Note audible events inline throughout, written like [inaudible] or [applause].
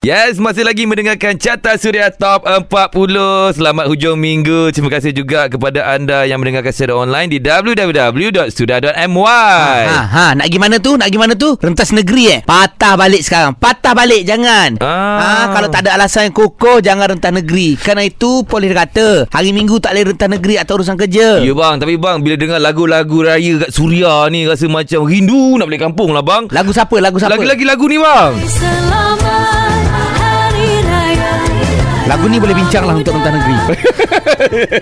Yes, masih lagi mendengarkan Carta Suria Top 40. Selamat hujung minggu. Terima kasih juga kepada anda yang mendengarkan secara online di www.sudah.my. Ha, ha, nak pergi mana tu? Nak pergi mana tu? Rentas negeri eh. Patah balik sekarang. Patah balik jangan. Ah. Ah. Ha, kalau tak ada alasan yang kokoh jangan rentas negeri. Kerana itu polis kata, hari minggu tak boleh rentas negeri atau urusan kerja. Ya bang, tapi bang bila dengar lagu-lagu raya kat Suria ni rasa macam rindu nak balik kampung lah bang. Lagu siapa? Lagu siapa? Lagi-lagi lagu ni bang. Selamat Hari Raya Lagu ni boleh bincang lah untuk rentas [laughs] negeri.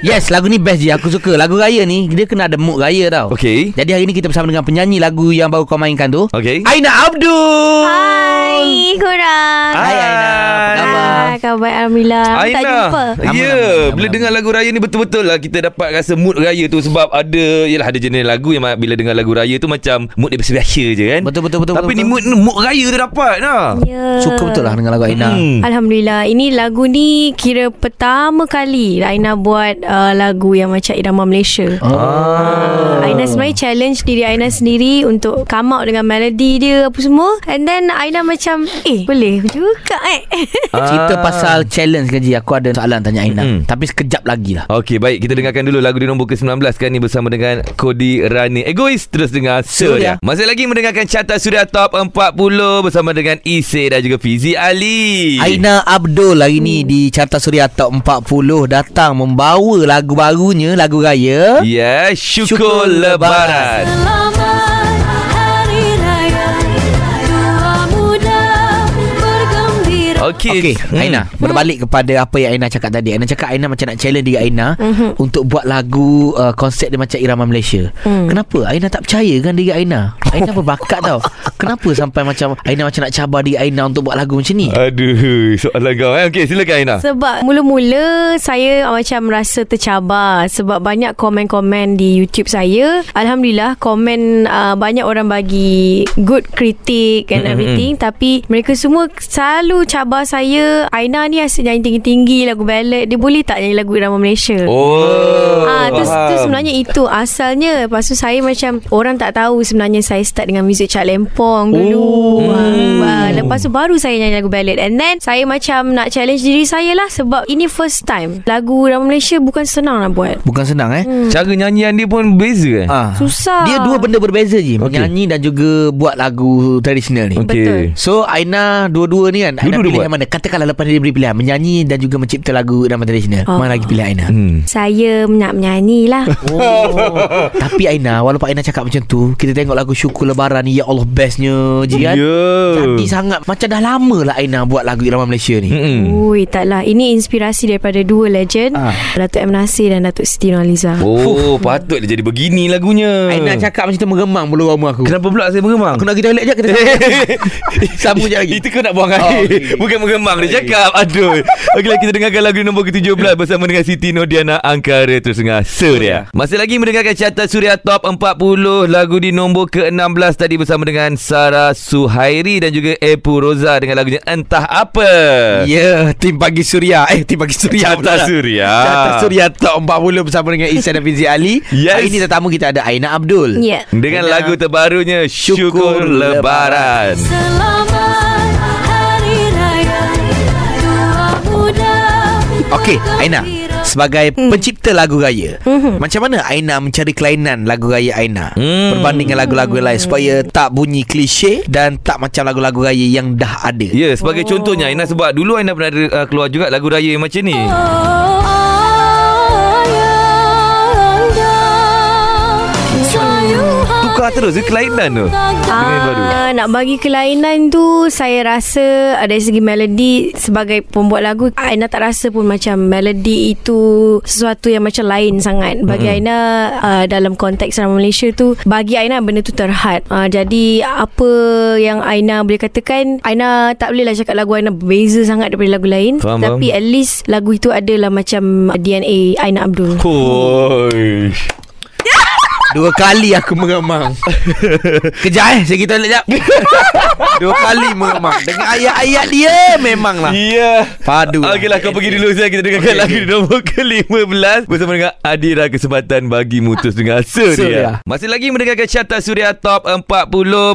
yes, lagu ni best je. Aku suka. Lagu raya ni, dia kena ada mood raya tau. Okey. Jadi hari ni kita bersama dengan penyanyi lagu yang baru kau mainkan tu. Okey. Aina Abdul. Hai korang Hai, Aina. Apa khabar? Hai, Khabar Alhamdulillah Lama Ah, Tak jumpa Ya, Lama, yeah, lama, lama, bila lama. dengar lagu raya ni betul-betul lah kita dapat rasa mood raya tu sebab ada yalah ada jenis lagu yang bila dengar lagu raya tu macam mood dia biasa je kan. Betul, betul, betul, Tapi betul, ni betul. mood mood raya tu dapat lah. Ya. Suka betul lah dengan lagu Aina. Hmm. Alhamdulillah Ini lagu ni Kira pertama kali Aina buat uh, Lagu yang macam Irama Malaysia Oh. Ah. Aina sebenarnya challenge diri Aina sendiri Untuk come out dengan melody dia Apa semua And then Aina macam Eh boleh juga eh [laughs] Ah. Cerita pasal challenge gaji Aku ada soalan tanya Aina Mm-mm. mm-hmm. Tapi sekejap lagi lah Okey, baik kita dengarkan dulu lagu di nombor ke-19 sekarang ni bersama dengan Kodi Rani. Egois terus dengar Surya. Suria. Masih lagi mendengarkan carta Surya Top 40 bersama dengan Ise dan juga Fizi Ali. Aina Abdul hari ni di Carta Suria Top 40 datang membawa lagu barunya, lagu Ya, raya. yeah, syukur, Syukur lebaran. Lebaran. Selamat Hari Raya Dua muda bergembira Okey. Okey, Aina, berbalik kepada apa yang Aina cakap tadi. Aina cakap Aina macam nak challenge diri Aina Mhm. untuk buat lagu uh, konsep dia macam irama Malaysia. Mm. Kenapa Aina tak percaya dengan diri Aina? Aina berbakat tau. Kenapa sampai macam Aina macam nak cabar diri Aina untuk buat lagu macam ni? Eh. Aduh, soalan kau eh. Okey, silakan Aina. Sebab mula-mula saya macam rasa tercabar sebab banyak komen-komen di YouTube saya. Alhamdulillah komen uh, banyak orang bagi good critic and Mm, mm, everything tapi mereka semua selalu cabar saya. Aina ni asyik nyanyi tinggi-tinggi lagu ballad. Dia boleh tak nyanyi lagu irama Malaysia? Oh. Ah, tu, tu faham. sebenarnya itu asalnya. Lepas tu saya macam orang tak tahu sebenarnya saya start dengan muzik Cak Lempong dulu. Oh. Ah, ah, lepas tu baru saya nyanyi lagu ballad and then saya macam nak challenge diri saya lah sebab ini first time lagu dalam Malaysia bukan senang nak buat. Bukan senang eh? Cara nyanyian dia pun beza eh. Ah. Susah. Dia dua benda berbeza je okay. Menyanyi dan juga Buat lagu tradisional ni okay. betul. Okey. So Aina Dua-dua ni kan Aina Dua-dua dia pilih buat. yang mana Katakanlah lepas dia beri pilihan Menyanyi dan juga mencipta lagu Nama tradisional Ah. oh. Mana lagi pilih Aina Hmm. Saya nak menyanyi lah. Oh. Tapi Aina Walaupun Aina cakap macam tu Kita tengok lagu Syukur Lebaran ni Ya Allah bestnya je Ya. kan Yeah. Jadi sangat Macam dah lama lah Aina buat lagu Irama Malaysia ni Mm-mm. Ui, taklah. Ini inspirasi daripada dua legend, Hmm. Ah. Datuk M Nasir dan Datuk Siti Nurhaliza. Oh, patut dia jadi begini lagunya. Aina cakap macam tu Meremang bulu roma aku Kenapa pula saya mengemang? Aku nak pergi toilet je Kita [laughs] Sambung je lagi Itu kau nak buang air Oh, okey. Bukan mengemang Dia cakap Aduh Okeylah kita dengarkan lagu nombor ke-17 Bersama dengan Siti Nodiana Angkara Terus dengan Surya Masih lagi mendengarkan Carta Surya Top 40 Lagu di nombor ke-16 tadi Bersama dengan Sarah Suhairi Dan juga Epu Roza Dengan lagunya Entah Apa Ya, yeah, tim pagi Suria. Eh, tim pagi Suria. Carta Suria. Carta Suria ah, Top 40 bersama dengan Ihsan dan Fizi Ali. Yes. Hari ini tetamu kita ada Aina Abdul. Ya. Dengan Aina. lagu terbarunya Syukur, Syukur Lebaran, Selamat Hari Raya Dua muda Okey, Aina. Sebagai hmm. pencipta lagu raya, hmm. macam mana Aina mencari kelainan lagu raya Aina Hmm. berbanding dengan lagu-lagu lain supaya tak bunyi klise dan tak macam lagu-lagu raya yang dah ada. Ya, sebagai oh. contohnya Aina sebab dulu Aina pernah ada, uh, keluar juga lagu raya yang macam ni. Tukar terus dia kelainan tu. Dengan yang baru. Ah, nak bagi kelainan tu Saya rasa ah, Dari segi melodi Sebagai pembuat lagu Aina tak rasa pun macam Melodi itu Sesuatu yang macam lain sangat Bagi mm-hmm. Aina ah, Dalam konteks Rama Malaysia tu Bagi Aina benda tu terhad ah, Jadi Apa yang Aina boleh katakan Aina tak boleh lah cakap lagu Aina Berbeza sangat daripada lagu lain Faham, Tapi at least Lagu itu adalah macam DNA Aina Abdul Hoi. Dua kali aku mengemang [laughs] Kejap eh Saya pergi toilet jap Dua kali mengemang Dengan ayat-ayat dia Memang lah Ya Padu lah. Okeylah kau pergi dulu Saya kita dengarkan Okey, lagu di nombor ke-15 Bersama dengan Adira Kesempatan bagi Mutus dengan Suria. Surya Masih lagi mendengarkan Carta Suria Top 40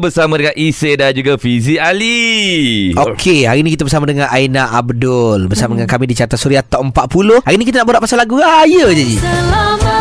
Bersama dengan Ise dan juga Fizi Ali Okey, hari ni kita bersama dengan Aina Abdul Bersama dengan kami di Carta Suria Top 40 Hari ni kita nak borak pasal lagu raya je Ji Selamat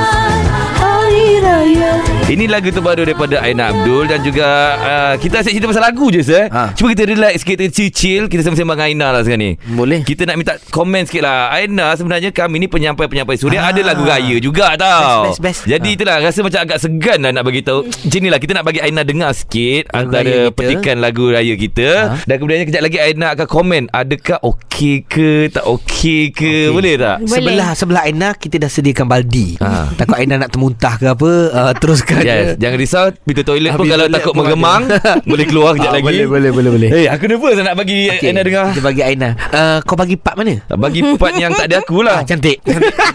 Hari Raya Ini lagu terbaru daripada Aina Abdul Dan juga uh, Kita asyik cerita pasal lagu je sir ha. Ha. Cuba kita relax sikit Kita chill-chill Kita sama-sama dengan Aina lah sekarang ni Boleh Kita nak minta komen sikit lah Aina sebenarnya kami ni penyampai-penyampai Suria Ah. Ada lagu raya juga tau Best, best, best. Jadi Ah. itulah Rasa macam agak segan lah nak beritahu Macam ni lah Kita nak bagi Aina dengar sikit Lagu Antara raya kita. petikan lagu raya kita Ah. Dan kemudiannya kejap lagi Aina akan komen Adakah okey ke Tak okey ke Okey. Boleh [laughs] tak? Boleh. Sebelah sebelah Aina kita dah sediakan baldi. Ah. Takut Aina nak termuntah ke apa, uh, teruskan. Yes, jangan risau Pintu toilet pun Habis kalau Ah, toilet takut pun [laughs] menggemang ada. Boleh keluar kejap Ah, lagi boleh, boleh, boleh, boleh. Eh aku nervous nak bagi okay. Aina dengar [laughs] Kita bagi Aina. Uh, kau bagi part mana? Bagi part yang tak ada lah. Ah, akulah cantik. [laughs]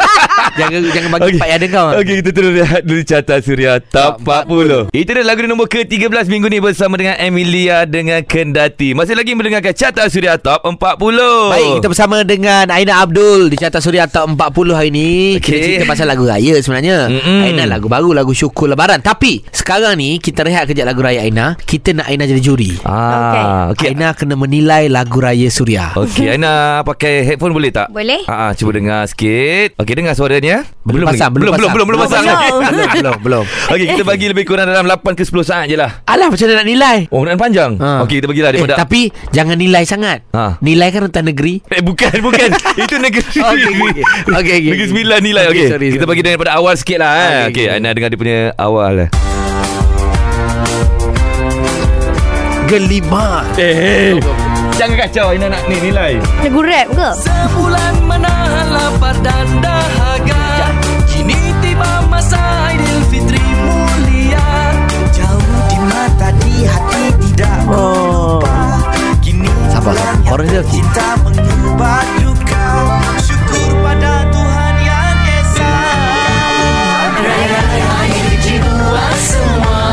jangan jangan bagi okay. part yang ada kau. Okey, kita terus lihat dulu carta Suria Top 40. Itu dia lagu di nombor ke-13 minggu ni bersama dengan Emilia dengan Kendati. Masih lagi mendengarkan carta Suria Top 40. Baik, kita bersama dengan Aina Abdul di Carta Suria Top 40 hari ni. Kita Okey. cerita pasal lagu raya sebenarnya. Mm-mm. Aina lagu baru, lagu syukur lebaran. Tapi sekarang ni kita rehat kejap lagu raya Aina. Kita nak Aina jadi juri. Ah, Okay. okey. Oh. Aina kena menilai lagu raya Suria. Okey, Aina pakai headphone boleh tak? Boleh. Ah, ah, cuba dengar sikit. Okey, dengar suaranya. Belum pasang, lagi. belum, belum pasang. belum, belum, belum pasang. Belum. belum, belum, belum. Okey, kita bagi lebih kurang dalam 8 ke 10 saat je lah. Alah macam mana nak nilai? Oh, nak panjang. Ha. Okey, kita bagilah daripada Eh, tapi jangan nilai sangat. Ha. Nilai kan rentan negeri. Eh bukan [laughs] bukan Itu negeri [laughs] Okey, okey. Okey, okey. Negeri sembilan nilai Okey, okay, sorry, Kita sorry. bagi daripada awal sikit lah eh. Okey, Okey okey. Ana dengar dia punya awal lah Gelimah. Eh hey. Jangan kacau Aina nak ni nilai Lagu rap ke? Sebulan menahan lapar dan dahaga Kini tiba masa Aidilfitri mulia Jauh di mata di hati tidak Oh. Kini Sabar. bulan yang Orang dia okey. cinta mengubah duka Syukur pada Tuhan yang Esa Raya-raya ini jiwa semua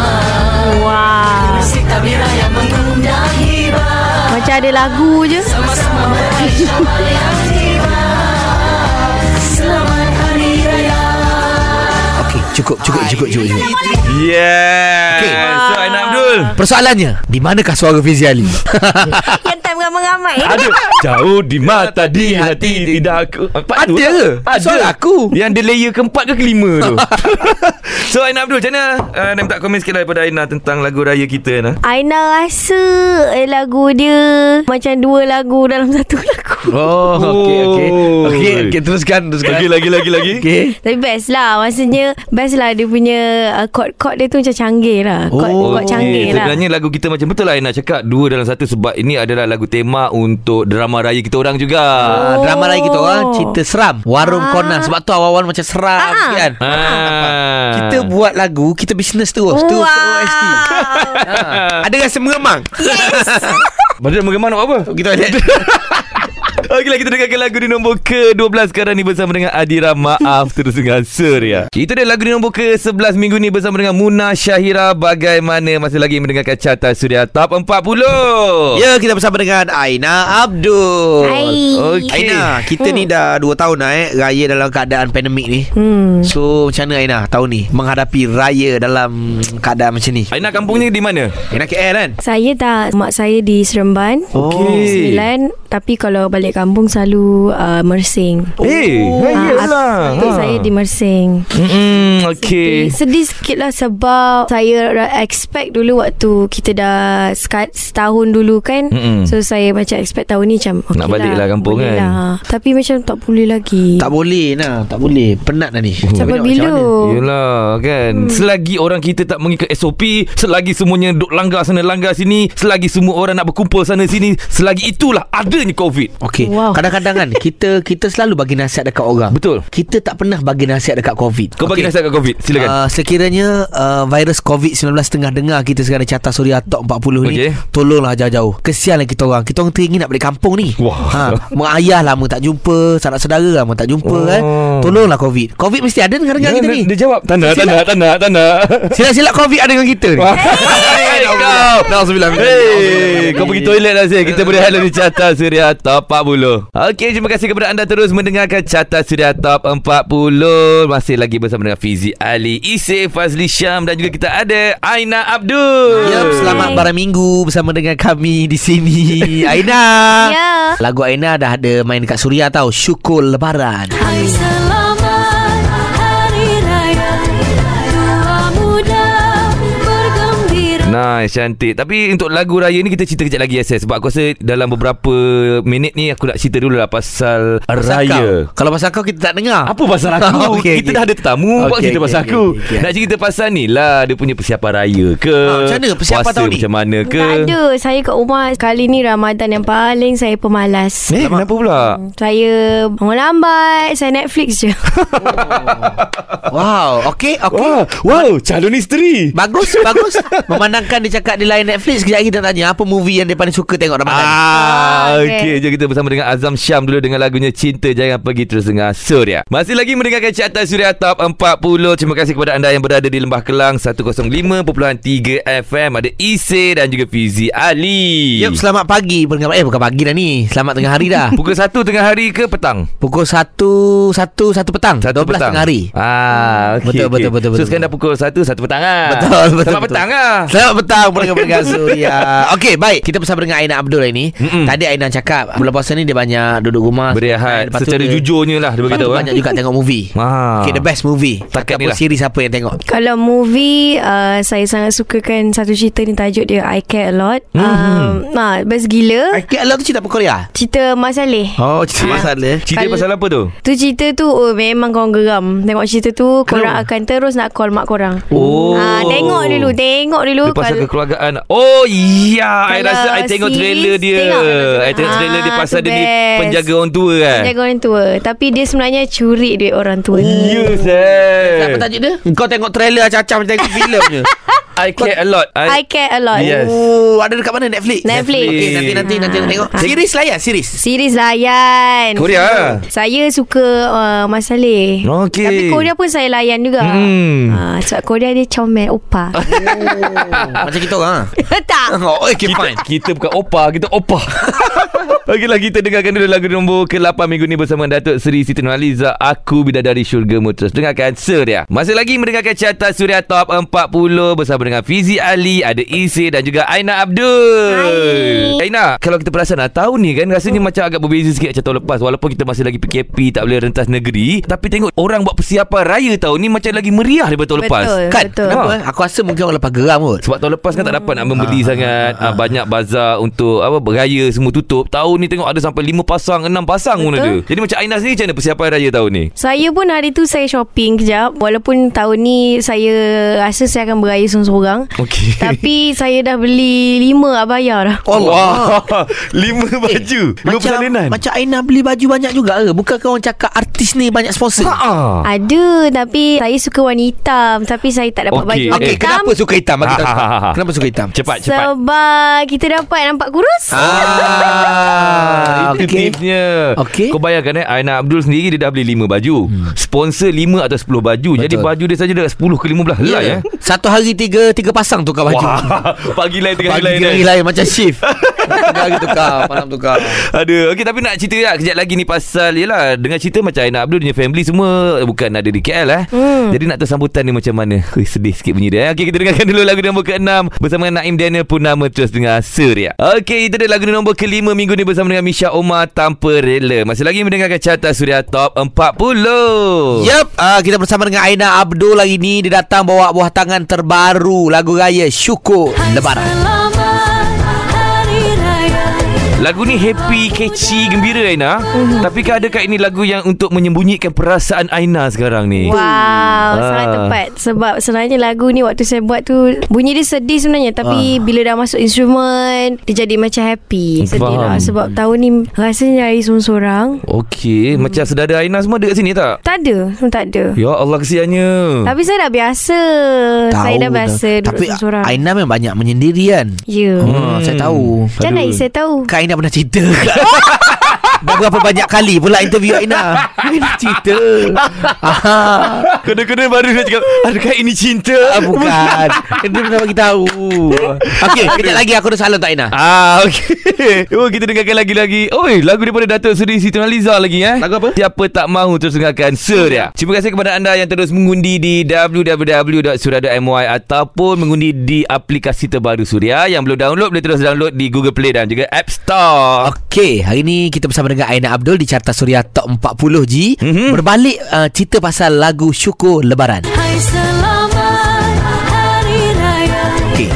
Wah. Si tabira yang mengundang hibah Macam ada lagu je. Sama-sama [laughs] bersama yang tiba Selamat Hari Raya Okey, cukup, cukup, cukup, cukup, cukup. Yeah Okey. So Aina Abdul Persoalannya, di manakah suara Fizi Ali? Yang time ramai-ramai. eh? Aduh Jauh di mata di hati Tidak aku Empat tu Ada tak? ke? Ada Soal aku. Yang dia layer keempat ke kelima [laughs] tu So Aina Abdul macam mana uh, Nak minta komen sikit lah daripada Aina Tentang lagu raya kita Aina Aina rasa eh, lagu dia macam dua lagu dalam [laughs] satu lagu. Oh, [laughs] okey, okey. Okey, okey, teruskan, teruskan. Lagi lagi lagi lagi Okey. Tapi best lah Maksudnya Best lah dia punya uh, Chord-chord dia tu macam canggih lah Chord, Oh, oh, chord Okey, canggih lah Sebenarnya lagu kita macam betul lah Aina cakap Dua dalam satu Sebab ini adalah lagu tema Untuk drama raya kita orang juga Ah, drama lain kita orang Oh. cerita seram. Warung Ah. kona sebab tu awal-awal macam seram Ah. sikit kan. ah. ah. Kita buat lagu, kita bisnes terus. Terus OST. Ha. Ada rasa mengemang. Badan bagaimana apa [laughs] Kita lihat. Okeylah kita dengarkan lagu di nombor ke-12 sekarang ni bersama dengan Adira Maaf terus dengan Surya. Itu dia lagu di nombor ke-11 minggu ni bersama dengan Muna Syahira bagaimana masih lagi mendengarkan carta Surya Top 40. Ya, kita bersama dengan Aina Abdul. Hai. Okey. Aina, kita hmm. ni dah 2 tahun dah eh raya dalam keadaan pandemik ni. [laughs] Hmm So macam mana Aina tahun ni menghadapi raya dalam keadaan macam ni? Aina kampungnya di mana? Aina KL kan? Saya tak Mak saya di Seremban Okey. Sembilan Tapi kalau balik kampung Selalu uh, Mersing Oh, Eh, hey, ya, raya Ah, lah. Atuk saya di Mersing Mm-mm, Okay. okey. Sedih sikit lah sebab saya ra- expect dulu waktu kita dah sekat, setahun dulu kan. Mm-mm. So saya macam expect tahun ni macam okay Nak balik lah kampung boleh kan. Lah. Tapi macam tak boleh lagi. Tak boleh Aina, tak boleh. Penat dah ni. Sampai Nak bila? macam mana? Ya. Yelah kan hmm. Selagi orang kita tak mengikut SOP Selagi semuanya duk langgar sana langgar sini Selagi semua orang nak berkumpul sana sini Selagi itulah adanya COVID Okey, Wow. Kadang-kadang [laughs] kan kita kita selalu bagi nasihat dekat orang. Betul. Kita tak pernah bagi nasihat dekat COVID. Kau bagi Okey. nasihat kat COVID Silakan uh, Uh, sekiranya uh, virus COVID-19 tengah dengar kita sekarang carta Suria Top 40 ni Okey. Tolonglah jauh-jauh Kesianlah kita orang Kita orang teringin nak balik kampung ni Ha, Wah. Mak ayah lama tak jumpa Sanak saudara lama tak jumpa Oh. Ya, kan Tolonglah COVID COVID mesti ada negara-negara kita ni Dia jawab Tanah tanah tanah tanah Silap-silap COVID ada dengan kita ni Hey, kau Hey, kau pergi toilet lah Zul. Kita boleh hello di Carta Suria Top 40 Okey, terima kasih kepada anda terus mendengarkan Carta Suria Top 40 Masih lagi bersama dengan Fizi Ali Ise Fazli Syam Dan juga kita ada Aina Abdul Yup, selamat Hai. barang minggu bersama dengan kami di [laughs] sini Aina Ya. Lagu Aina dah ada main dekat Suria tau Syukur Lebaran Hai selamat Hari Raya Tua muda bergembira Nice, cantik Tapi untuk lagu raya ni Kita cerita kejap lagi SS Sebab aku rasa Dalam beberapa minit ni Aku nak cerita dulu lah Pasal Pasal raya kau. Kalau pasal kau kita tak dengar Ah. Apa pasal aku? [laughs] Okey, okay, kita okey. okay. dah ada tetamu okay, Buat Okey, cerita okey, pasal okey, aku okey, okey. Nak cerita pasal ni lah Dia punya persiapan raya ke Ha, macam mana persiapan Puasa tahun ni? macam mana ke Tak ada. Saya kat rumah kali ni Ramadan yang paling saya pemalas. Eh kenapa pula Saya bangun lambat, saya Netflix je. [laughs] Wow, okey, okey. Wah, wow, calon isteri Bagus, bagus. Memandangkan dia cakap di line Netflix, kejap lagi kita tanya apa movie yang dia paling suka tengok Ramadan. Ah. Ah, Ah, Okey, jom kita bersama dengan Azam Syam dulu dengan lagunya Cinta Jangan Pergi Terus Dengan Surya. Masih lagi mendengarkan Carta Surya Top 40. Terima kasih kepada anda yang berada di Lembah Kelang 105.3 FM. Ada Ise dan juga Fizi Ali. Yup, selamat pagi. Bukan, eh, bukan pagi dah ni. Selamat tengah hari [laughs] dah. Pukul 1 tengah hari ke petang? Pukul 1, 1, 1 petang. 12 Satu petang. tengah hari. Hmm. Ah, okey. Betul, okey. betul, betul, So betul. sekarang dah pukul 1 satu petang ah. Betul, betul. Selamat betul. petang ah. Selamat petang pendengar-pendengar [laughs] Suria. Okey, baik. Kita bersama dengan Aina Abdul hari ni. Mm-mm. Tadi Aina cakap bulan puasa ni dia banyak duduk rumah, Berehat Lepas tu secara dia- jujurnya lah dia Lepas tu beritahu. banyak juga tengok [laughs] movie. Ah. Okay, the best movie. Setakat ni Ataupun lah. series apa yang tengok? Kalau movie uh, Saya sangat sukakan Satu cerita ni Tajuk dia I Care A Lot Mhm. mm-hmm. um, nah, Best gila Okay, Allah tu cerita apa Korea? Cerita Mas Aleh Oh, cerita masalah. Cerita Kalau- pasal apa tu? Tu cerita tu oh, Memang korang geram Tengok cerita tu Korang akan terus Nak call mak korang Oh. Ah, Tengok dulu Tengok dulu Dia pasal Kalau- kekeluargaan Oh ya I Kalau rasa I tengok series, trailer dia tengok, tengok. I tengok trailer dia Ah, Pasal tu dia ni best. Penjaga orang tua kan Jaga orang tua Tapi dia sebenarnya Curi duit orang tua You Apa say tajuk dia? Kau tengok trailer acam-acam macam tengok [laughs] filmnya. I care a lot I care a lot Yes. Oh, ada dekat mana Netflix? Eh. Netflix. Okey, nanti nanti nanti nak tengok. Ah. Series lah ya, series. Series layan Korea. Saya suka uh, Mas Aleh Okey. Tapi Korea pun saya layan juga Hmm. Ah, Sebab Korea dia comel Opa [laughs] Macam kita orang. ah. Tak [laughs] Oh, okay, kita, fine. [laughs] kita bukan opa Kita opa [laughs] Okeylah kita dengarkan dulu lagu nombor ke-8 minggu ni bersama Datuk Seri Siti Nurhaliza Aku Bidadari Syurga Mutus. Dengarkan Surya. Masih lagi mendengarkan carta Surya Top 40 bersama dengan Fizi Ali, ada Isi dan juga Aina Abdul. Hai. Aina, kalau kita perasan ah, tahun ni kan rasanya macam agak berbeza sikit macam tahun lepas walaupun kita masih lagi PKP tak boleh rentas negeri tapi tengok orang buat persiapan raya tahun ni macam lagi meriah daripada tahun lepas. Betul. Kan? Kenapa? eh? Aku rasa mungkin orang lepas geram kot. Sebab tahun lepas kan tak dapat nak membeli sangat ah, Banyak bazar untuk apa beraya semua tutup Tahun ni tengok ada sampai 5 pasang 6 pasang pun ada Betul. Jadi macam Aina sendiri macam mana persiapan raya tahun ni? Saya pun hari tu saya shopping kejap Walaupun tahun ni saya rasa saya akan beraya seorang-seorang Okey. [laughs] Oh. Tapi saya dah beli lima abaya dah Oh, Allah. Wah, [laughs] lima baju eh, Lima Macam, persalinan macam Aina beli baju banyak juga ke? Bukankah orang cakap artis ni banyak sponsor? ah. Ada tapi saya suka warna hitam Tapi saya tak dapat Okey, baju warna Okey, eh, hitam kenapa suka hitam? Bagi tahu. Ah, ah, ah, ah. Kenapa suka hitam? Cepat Ah. cepat Sebab kita dapat nampak kurus Ah, Itu okey. tipsnya Okey. Kau bayangkan eh Aina Abdul sendiri Dia dah beli 5 baju Sponsor 5 atau 10 baju Jadi Betul. baju dia saja Dah 10 ke 15 helai Ya. eh Satu hari tiga tiga pasang tukar baju. Wah [laughs] Pagi lain tengah Pagi lain eh. hari lain macam shift. [laughs] Tiga hari tukar, malam tukar. Ada Okey tapi nak cerita lah Kejap lagi ni pasal Yelah Dengan cerita macam Aina Abdul Dia family semua eh, Bukan ada di KL eh hmm. Jadi nak tahu sambutan dia macam mana Hui, Sedih sikit bunyi dia eh. Okey kita dengarkan dulu Lagu nombor ke-6 Bersama dengan Naim Daniel Purnama Terus dengan Surya Okey itu dia lagu nombor ke-5 Minggu ni bersama dengan Misha Omar Tanpa Rela Masih lagi mendengarkan Carta Surya Top 40 yeah. Yep, uh, kita bersama dengan Aina Abdul hari ni dia datang bawa buah tangan terbaru lagu raya Syukur Hai Lebaran. selamat Hari Raya Lagu ni happy, catchy, gembira Aina. Tapi kan adakah ini lagu yang untuk menyembunyikan perasaan Aina sekarang ni? Wow, Ah. sangat tepat sebab sebenarnya lagu ni waktu saya buat tu bunyi dia sedih sebenarnya Ah. tapi bila dah masuk instrumen dia jadi macam happy. Sedih Faham. lah sebab tahun ni rasanya hari semua seorang. Okey, macam saudara Aina semua ada kat sini tak? Tak ada, semua tak ada. Ya Allah kesiannya. Tapi saya dah biasa. saya dah biasa Hmm. tahu. duduk Tapi seorang. Aina memang banyak menyendiri kan Ya. hmm. hmm. Saya tahu Macam mana saya tahu? Kak Aina pernah cerita [laughs] Dah berapa banyak kali pula interview Aina Aina cerita ah, Kena-kena baru dia cakap, adakah ini cinta? [laughs] [laughs] Oh. Bukan kan? Dia pernah bagi tahu Okey kejap lagi aku ada soalan untuk Aina Ah, okey. Oh, kita dengarkan lagi-lagi. Oi, lagu daripada Datuk Seri Siti Nurhaliza lagi eh. Lagu apa? Siapa tak mahu terus dengarkan Surya. Terima kasih kepada anda yang terus mengundi di www.surya.my ataupun mengundi di aplikasi terbaru Surya yang belum download boleh terus download di Google Play dan juga App Store. Okey, hari ni kita bersama dengan Aina Abdul di Carta Suria Top 40 G. Mhm. Mm-hmm. Berbalik uh, cerita pasal lagu Syukur Lebaran. Hai selamat hari raya Okey.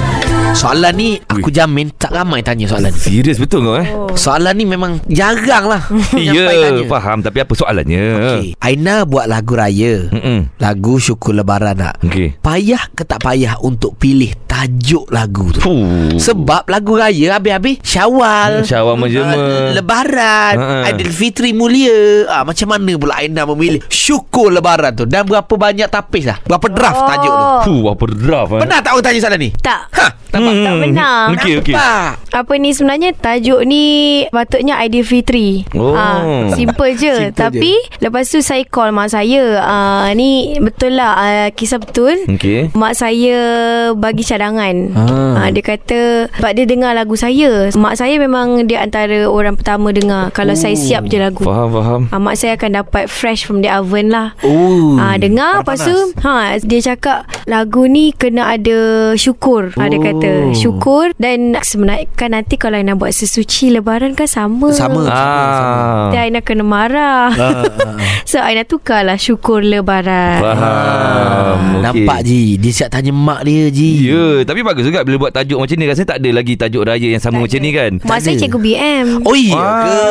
Soalan ni aku jamin tak ramai tanya soalan ni. Serius betul kau eh? Soalan ni memang jarang lah Ya, nyampai Oh, tanya. faham. Tapi apa soalannya? Okey, Aina buat lagu raya. Mm-mm. Lagu Syukur Lebaran nak. Okey. Payah ke tak payah untuk pilih tajuk lagu tu? Fuh. Sebab lagu raya habis-habis Hmm, Syawal Syawal Ha. menjema. ah, Lebaran Ha-ha. Aidilfitri mulia ah, Macam mana pula Aina memilih Syukur Lebaran tu Dan berapa banyak tapis lah Berapa draft oh. tajuk tu Fuh, apa draft eh? Pernah tak orang tanya soalan ni? Tak. Ha, nampak? Tak [laughs] pernah. Hmm, Okey, okey. Nampak? Apa ni sebenarnya tajuk ni patutnya Aidilfitri. Oh. Ha, Simple simple je. je. Tapi lepas tu saya call mak saya. Ha, ni betul lah ha, kisah betul. Hmm. Okey. Mak saya bagi cadangan. Ah. Ah. Ha, dia kata sebab dia dengar lagu saya. Mak saya memang dia antara orang pertama dengar kalau saya Oh, siap je lagu. Faham, faham. Ha, mak saya akan dapat fresh from the oven lah. Oh. Ooh. Ha, dengar lepas Panas-panas. tu ha, dia cakap lagu ni kena ada syukur. Ha, dia Oh. kata syukur dan sebenarnya kan nanti kalau Aina buat sesuci lebaran kan sama. Sama. Ah, Ah. Dan Aina kena marah. [laughs] so Aina tukarlah syukur lebaran. Faham. Ah, Okey. Nampak Ji Dia siap tanya mak dia Ji Ya, yeah, tapi bagus juga bila buat tajuk macam ni. Rasanya tak ada lagi tajuk raya yang sama macam ni kan? Mak saya ada. cikgu BM. Oh iya Ah. ke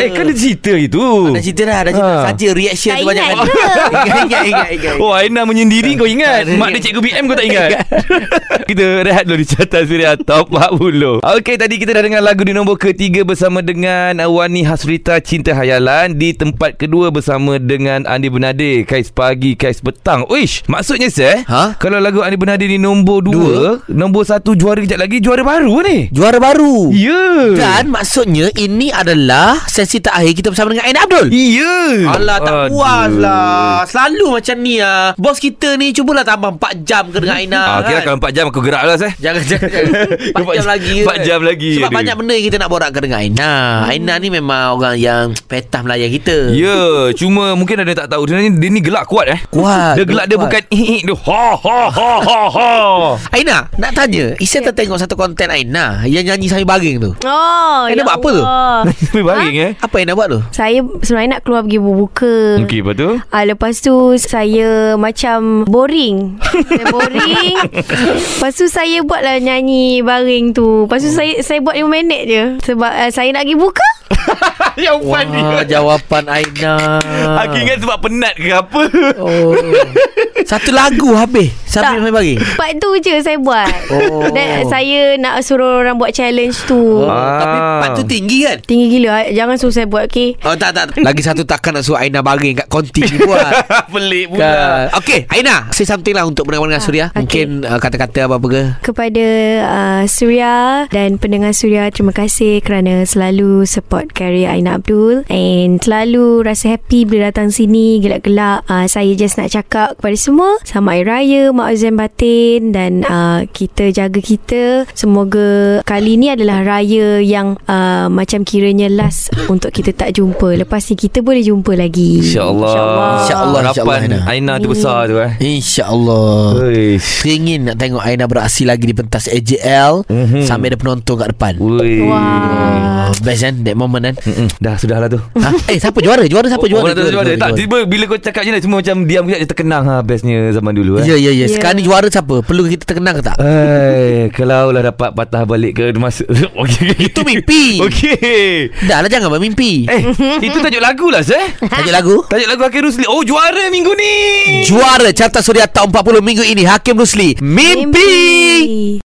Eh, kan ada cerita itu. Dah cerita dah Dah cerita Ah. saja Reaction Tak tu banyak ingat kali [laughs] ke? Ingat ingat ingat, ingat Oh Aina menyendiri kau ingat Mak dia cikgu BM kau tak [laughs] ingat Kita rehat dulu di Carta Suria Top 40 Okey tadi kita dah dengar lagu di nombor ketiga Bersama dengan Wani Hasrita Cinta Hayalan Di tempat kedua bersama dengan Andi Benadir Kais pagi Kais petang Uish maksudnya seh Ha? Kalau lagu Andi Benadir ni nombor dua, Nombor satu juara kejap lagi Juara baru ni Juara baru Ya yeah. Dan maksudnya ini adalah sesi terakhir kita bersama dengan Aina Abdul. Ya Alah tak puas lah Selalu macam ni lah Bos kita ni Cubalah tambah 4 jam ke dengan Aina kan? Ah, kira kalau 4 jam aku gerak lah seh Jangan [laughs] jangan Empat 4 jam jam- lagi empat jam lagi, Sebab aduh. Hmm. banyak benda yang kita nak borakkan dengan Aina Aina ni memang orang yang Petah Melayu kita Ya Cuma mungkin ada yang tak tahu Dia ni, dia ni gelak kuat eh Kuat Dia gelak dia kuat. bukan Ih, Dia ha ha ha ha ha [laughs] Aina nak tanya Isa tertengok satu konten Aina Yang nyanyi sambil baring tu Oh, Aina buat apa tu? [laughs] Allah. Tapi baring eh Apa Aina buat tu? Saya sebenarnya nak keluar pergi berbuka. Okey lepas [laughs] tu Ah lepas tu saya macam boring. saya boring. lepas tu saya buatlah nyanyi baring tu. Lepas tu saya saya buat 5 minit je sebab uh, saya nak pergi buka. Yang Wah [laughs] jawapan Aina Ah. Aku ingat sebab penat ke [laughs] apa Oh. Satu lagu habis Sambil Tak. sambil baring Part tu je saya buat. Oh. Dan saya nak suruh orang buat challenge tu. Oh, Tapi Ah. part tu tinggi kan Tinggi gila Jangan suruh saya buat okay Oh tak tak Lagi satu takkan nak suruh Aina baring Kat konti ni [laughs] buat Ah, Pelik Kan. Okay Aina Say something lah Untuk pendengar-pendengar Ah, Suria okay. Mungkin uh, kata-kata apa-apa ke kepada uh, Surya dan pendengar Surya terima kasih kerana selalu support karya Aina Abdul and selalu rasa happy bila datang sini gelak-gelak uh, saya just nak cakap kepada semua sama air raya mak azan batin dan uh, kita jaga kita semoga kali ni adalah raya yang uh, macam kiranya last untuk kita tak jumpa lepas ni kita boleh jumpa lagi InsyaAllah InsyaAllah, Harapan insyaAllah, Oh. Aina tu besar tu eh InsyaAllah Uish Teringin nak tengok Aina beraksi lagi Di pentas AJL Mhm. Uh. Sambil ada penonton kat depan Uish oh, Best kan That moment kan Mm-mm. Dah sudah lah tu ha? Eh siapa juara Juara siapa Oh, orang juara tak tahu juara. Tak tiba bila kau cakap je lah Semua macam diam kejap je terkenang ha, Bestnya zaman dulu eh Ya ya ya Ya. Sekarang ni juara siapa? Perlu kita terkenang ke tak? Ay, kalau lah dapat patah balik ke masa [laughs] okay. Itu mimpi. [laughs] Okey. Dah lah jangan bermimpi. Eh, itu tajuk lagu lah Zeh. Tajuk lagu? Tajuk lagu Akhir Rusli. Oh, juara minggu ni. Juara Carta Suria Top 40 minggu ini Hakim Rusli Mimpi, Mimpi. Mimpi.